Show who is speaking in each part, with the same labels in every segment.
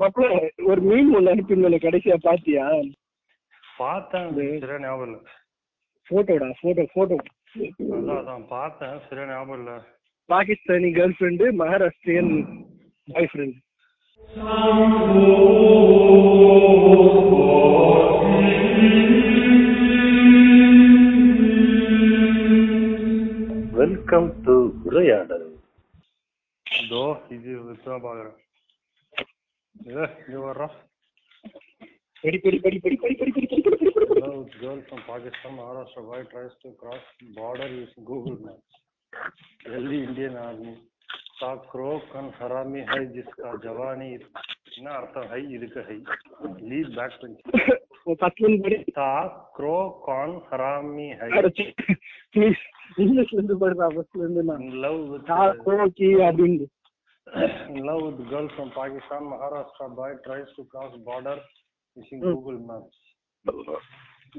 Speaker 1: மாப்பிள ஒரு மீன் ஒண்ணு அனுப்பியிருந்தேன் கடைசியா பாத்தியா
Speaker 2: பார்த்தேன்
Speaker 1: இது.
Speaker 2: சரியா ஞாபகம் இல்ல
Speaker 1: போட்டோடா போட்டோ போட்டோ
Speaker 2: அதான் அதான் பார்த்தேன் சரியா ஞாபகம் இல்ல
Speaker 1: Pakistani girl friend Maharashtrian boy friend
Speaker 3: welcome to உரையாடல்
Speaker 2: இதோ இது இதுதான் பாக்குறேன் ஏ இங்க வர்றோம்
Speaker 1: படி படி படி படி படி படி படி படி படி படி படி
Speaker 2: Hello, girl from Pakistan, Maharashtra, why tries to cross border using Google Maps? Delhi Indian Army, साकरो कन हरामी है जिसका जवानी ना अर्थ है इधर है लीड बैक पंच
Speaker 1: ஒரு பத்து மணி படி
Speaker 2: साकरो कौन हरामी है
Speaker 1: ப்ளீஸ் இங்கிலீஷ்ல இருந்து படுறா ஃபர்ஸ்ட்ல இருந்து நான்
Speaker 2: in love with
Speaker 1: हाँ, ஓகே அப்படின்னு
Speaker 2: in love with girl from Pakistan, Maharashtra, boy tries to cross border using
Speaker 1: Hmm.
Speaker 2: Google Maps.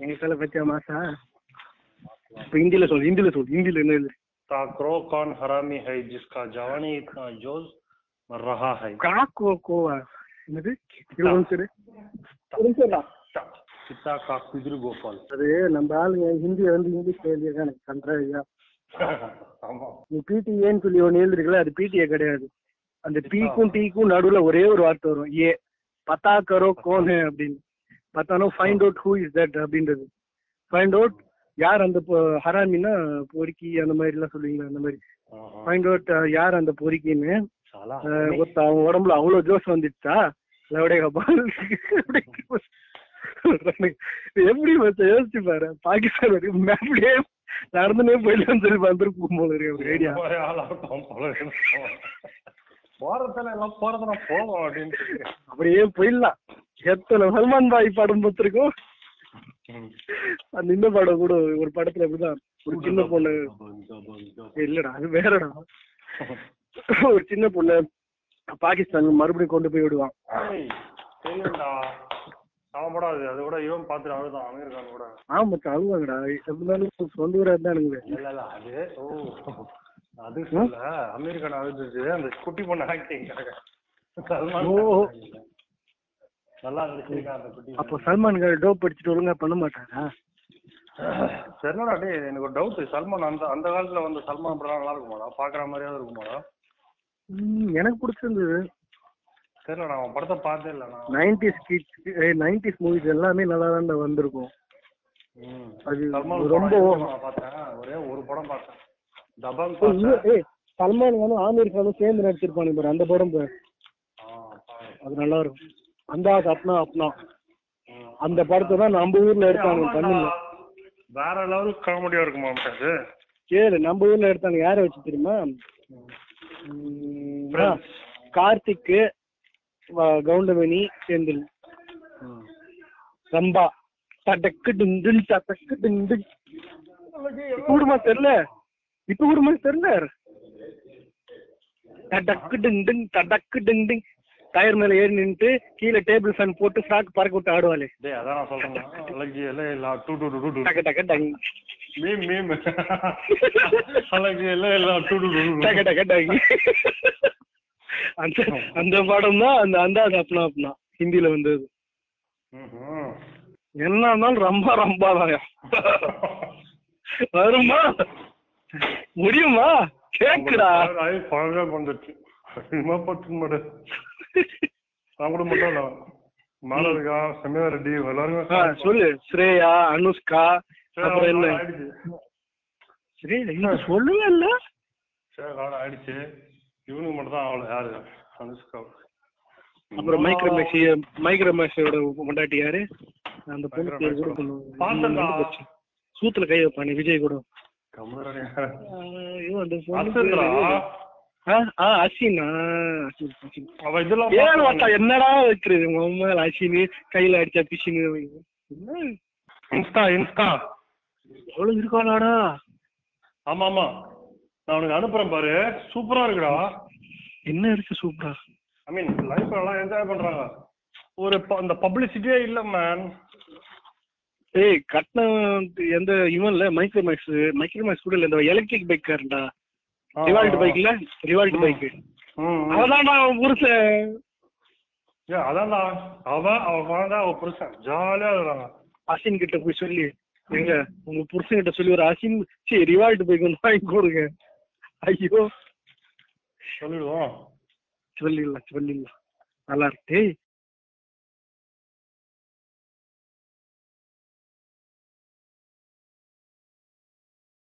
Speaker 1: எங்க கால பத்தியா மாசா இப்ப ஹிந்தில சொல்லு ஹிந்தில சொல்லு ஹிந்தில என்ன எழுது
Speaker 2: साकरो कौन हरामी है जिसका जवानी इतना जोश मर रहा है
Speaker 1: காக்கோ கோவா என்னது இரு ஒரு நிமிஷம் இரு. ஒரு நிமிஷம் இருடா.
Speaker 2: सीता का कुजर गोपाल
Speaker 1: அது நம்ம ஆளுங்க ஹிந்தியை வந்து இங்கிலீஷ்ல எழுதியிருக்காங்க எனக்கு கன்றாவியா
Speaker 2: ஆமா
Speaker 1: நீ பிடிஏன்னு சொல்லி ஒன்று எழுதிருக்கல அது பிடிஏ கிடையாது அந்த பீக்கும் டீக்கும் நடுவுல ஒரே ஒரு வார்த்தை வரும் ஏ பத்தா கரோ கோனு அப்படின்னு பத்தானோ find out who is that அப்படின்றது ஃபைண்ட் அவுட் யார் அந்த பொ- ஹராமின்னா பொறுக்கி அந்த மாதிரி எல்லாம் சொல்லுவீங்களா அந்த மாதிரி ஃபைண்ட் அவுட் யார் அந்த பொறுக்கின்னு
Speaker 2: சாலா
Speaker 1: அஹ், ஒருத்த அவன் உடம்புல அவ்வளோ ஜோஸ் வந்துச்சா எப்படி மத்த யோசிச்சு பாரு பாகிஸ்தான் வரைக்கும் மேப்லயே நடந்துனே போயிடலாம்னு சொல்லி வந்திருக்கும் போல இருக்கு ஒரு ஐடியா
Speaker 2: போய் ஆள் ஆகட்டும், போல இருக்கு. போறதுல எல்லாம் போறதுல போவோம் அப்படின்னு
Speaker 1: அப்படியே போயிடலாம் எத்தனை சல்மான் பாய் படம் பார்த்திருக்கோம்
Speaker 2: ம்.
Speaker 1: அந்த இந்த படம் கூட ஒரு படத்துல அப்படிதான் ஒரு சின்ன பொண்ணு இல்லடா அது வேறடா ஒரு சின்ன பொண்ணு பாகிஸ்தான் மறுபடியும் கொண்டு போய் விடுவான்
Speaker 2: ஏய், தெரியும்டா. அவன் கூட அது- அது கூட இவன் பார்த்துட்டு அழுதான், அமெரிக்கான் கூட.
Speaker 1: ஆமா மச்சான், அழுவாங்கடா எப்படினாலும் சொந்த ஊரா இருந்தா எனக்கு வேணும்.
Speaker 2: இல்ல, இல்ல, அது ஓ அது சொல்ல, அமெரிக்கான் அழுதுச்சு, அந்த குட்டி பொண்ணு acting காக. சல்மான்
Speaker 1: ஓ.
Speaker 2: நல்லா நடிச்சிருக்கான் அந்த குட்டி
Speaker 1: அப்போ
Speaker 2: பொண்ணு.
Speaker 1: சல்மான் கான் டோப் அடிச்சுட்டு ஒழுங்கா பண்ண மாட்டாரா
Speaker 2: சரிடா டேய் எனக்கு ஒரு டவுட் சல்மான் அந்த அந்த காலத்துல வந்து சல்மான் படம் நல்லா இருக்குமாடா பாக்குற மாதிரியாவது இருக்குமாடா
Speaker 1: ம், எனக்கு பிடிச்சிருந்தது
Speaker 2: தெரியல நான் அவன் படத்தை பார்த்தே இல்ல நான்
Speaker 1: நைன்டிஸ் கிட்ஸ் நைன்டிஸ் மூவிஸ் எல்லாமே நல்லா தான் வந்திருக்கும்
Speaker 2: ம்.
Speaker 1: அது
Speaker 2: சல்மான்
Speaker 1: ரொம்ப
Speaker 2: படம் எத்தனை நான் பார்த்தேன் ஒரே ஒரு படம் பார்த்தேன் தபங்
Speaker 1: ஏய், இன்னும்,
Speaker 2: பார்த்தேன்
Speaker 1: ஏய், சல்மான் கானும் ஆமீர் கானும் சேர்ந்து நடிச்சிருப்பானு பாரு அந்த படம் பாரு
Speaker 2: ஆ, பாரு.
Speaker 1: அது நல்லா இருக்கும் அந்தாஸ் அப்னா அப்னா
Speaker 2: ம்.
Speaker 1: அந்த படத்தை தான் நம்ம ஊர்ல எடுத்தாங்க
Speaker 2: ஆமாண்டா.
Speaker 1: தமிழ்ல
Speaker 2: வேற லெவலுக்கு காமெடியா இருக்குமா அது
Speaker 1: கேளு நம்ம ஊர்ல எடுத்தாங்க யார வச்சு தெரியுமா ம், ஆ, கார்த்திக்கு வ- கவுண்டமணி செந்தில் ரம்பா தடக்கு டிண்டில் தடக்கு டிண்டில் கூடுமா தெரியல இப்ப கூடுமா தெரியல தடக்கு டிண்டிங் தடக்கு டிண்டிங் டயர் மேல ஏறி நின்னுட்டு கீழே டேபிள் ஃபேன் போட்டு ஃப்ராக் பறக்க விட்டு ஆடுவாளே
Speaker 2: டேய் அதான் நான் சொல்றேன் அழகி இல்லை இல்ல டூ டூ டூ டூ
Speaker 1: டக்கு டக்கு டங்
Speaker 2: மீம் மீம் அழகி இல்லை இல்ல டூ டூ டூ
Speaker 1: டக்கு டக்கு டங் அந்த அந்த படம் தான் அந்த அந்தாஸ் அப்னா அப்னா ஹிந்தில வந்தது என்ன இருந்தாலும் ரொம்ப ரொம்ப தான் வருமா முடியுமா கேக்குடா
Speaker 2: பழங்க வந்துச்சு இனிமே பத்துக்கு மாடு நான் கூட மட்டும் இல்ல மாலவிகா சமீரா ரெட்டி
Speaker 1: ஆ,
Speaker 2: எல்லாருமே
Speaker 1: சொல்லு ஸ்ரேயா அனுஷ்கா
Speaker 2: சரி,
Speaker 1: அப்புறம்
Speaker 2: அவன்
Speaker 1: என்ன
Speaker 2: ஆயிடுச்சு.
Speaker 1: ஸ்ரேயா இது சொல்லுங்க இல்ல
Speaker 2: சரி, அவன் ஆயிடுச்சு இவனுக்கு மட்டும் தான் அவளை யாரு அனுஷ்கா
Speaker 1: அப்புறம் மைக்ரோமேக்ஸி மைக்ரோமேக்ஸியோட கொண்டாட்டி யாரு அந்த பொண்ணு பேர் கூட பொண்ணு.
Speaker 2: பார்த்தேன்டா.
Speaker 1: சூத்துல கை வைப்பானே விஜய் கூட
Speaker 2: கம்பராடி.
Speaker 1: ஐயோ, அந்த பொண்ணு
Speaker 2: அசத்துறா.
Speaker 1: பேரு- ஆ, ஆ, அசினா அசின், அசின்.
Speaker 2: அவ இதெல்லாம்
Speaker 1: ஏன்
Speaker 2: பார்த்து
Speaker 1: வாத்தா, என்னடா வைக்கிறது உங்க அம்மா அசினு கையில அடிச்சா பிசினு என்ன
Speaker 2: இன்ஸ்டா இன்ஸ்டா
Speaker 1: எவ்வளவு இருக்காளாடா
Speaker 2: ஆமா ஆமா நான் உனக்கு அனுப்புறேன் பாரு சூப்பரா இருக்குடா
Speaker 1: என்ன இருக்கு சூப்பரா
Speaker 2: ஐ மீன் லைஃப் எல்லாம் என்ஜாய் பண்றாங்க ஒரு ப- அந்த பப்ளிசிட்டியே இல்ல மேன்
Speaker 1: ஏய் கட்னம் எந்த இவன் இல்ல மைக்ரோமேக்ஸ் மைக்ரோமேக்ஸ் கூட இல்ல இந்த எலக்ட்ரிக் பைக் காரண்டா ரிவால்ட் பைக்ல ரிவால்ட் பைக்
Speaker 2: ம் ம்.
Speaker 1: அவதான் புருஷன்
Speaker 2: ஏய், அதான்டா அவன் அவன் குழந்தை அவன் புருஷன் ஜாலியா இருக்கிறாங்க
Speaker 1: அசின் கிட்ட போய் சொல்லி எங்க உங்க புருஷன் கிட்ட சொல்லி ஒரு அசின் சரி ரிவால்ட் போய் கொஞ்சம் வாங்கி கொடுங்க ஐயோ
Speaker 2: சொல்லிடுவோம்
Speaker 1: சொல்லிடலாம் சொல்லிடலாம் நல்லா இருக்கு டேய்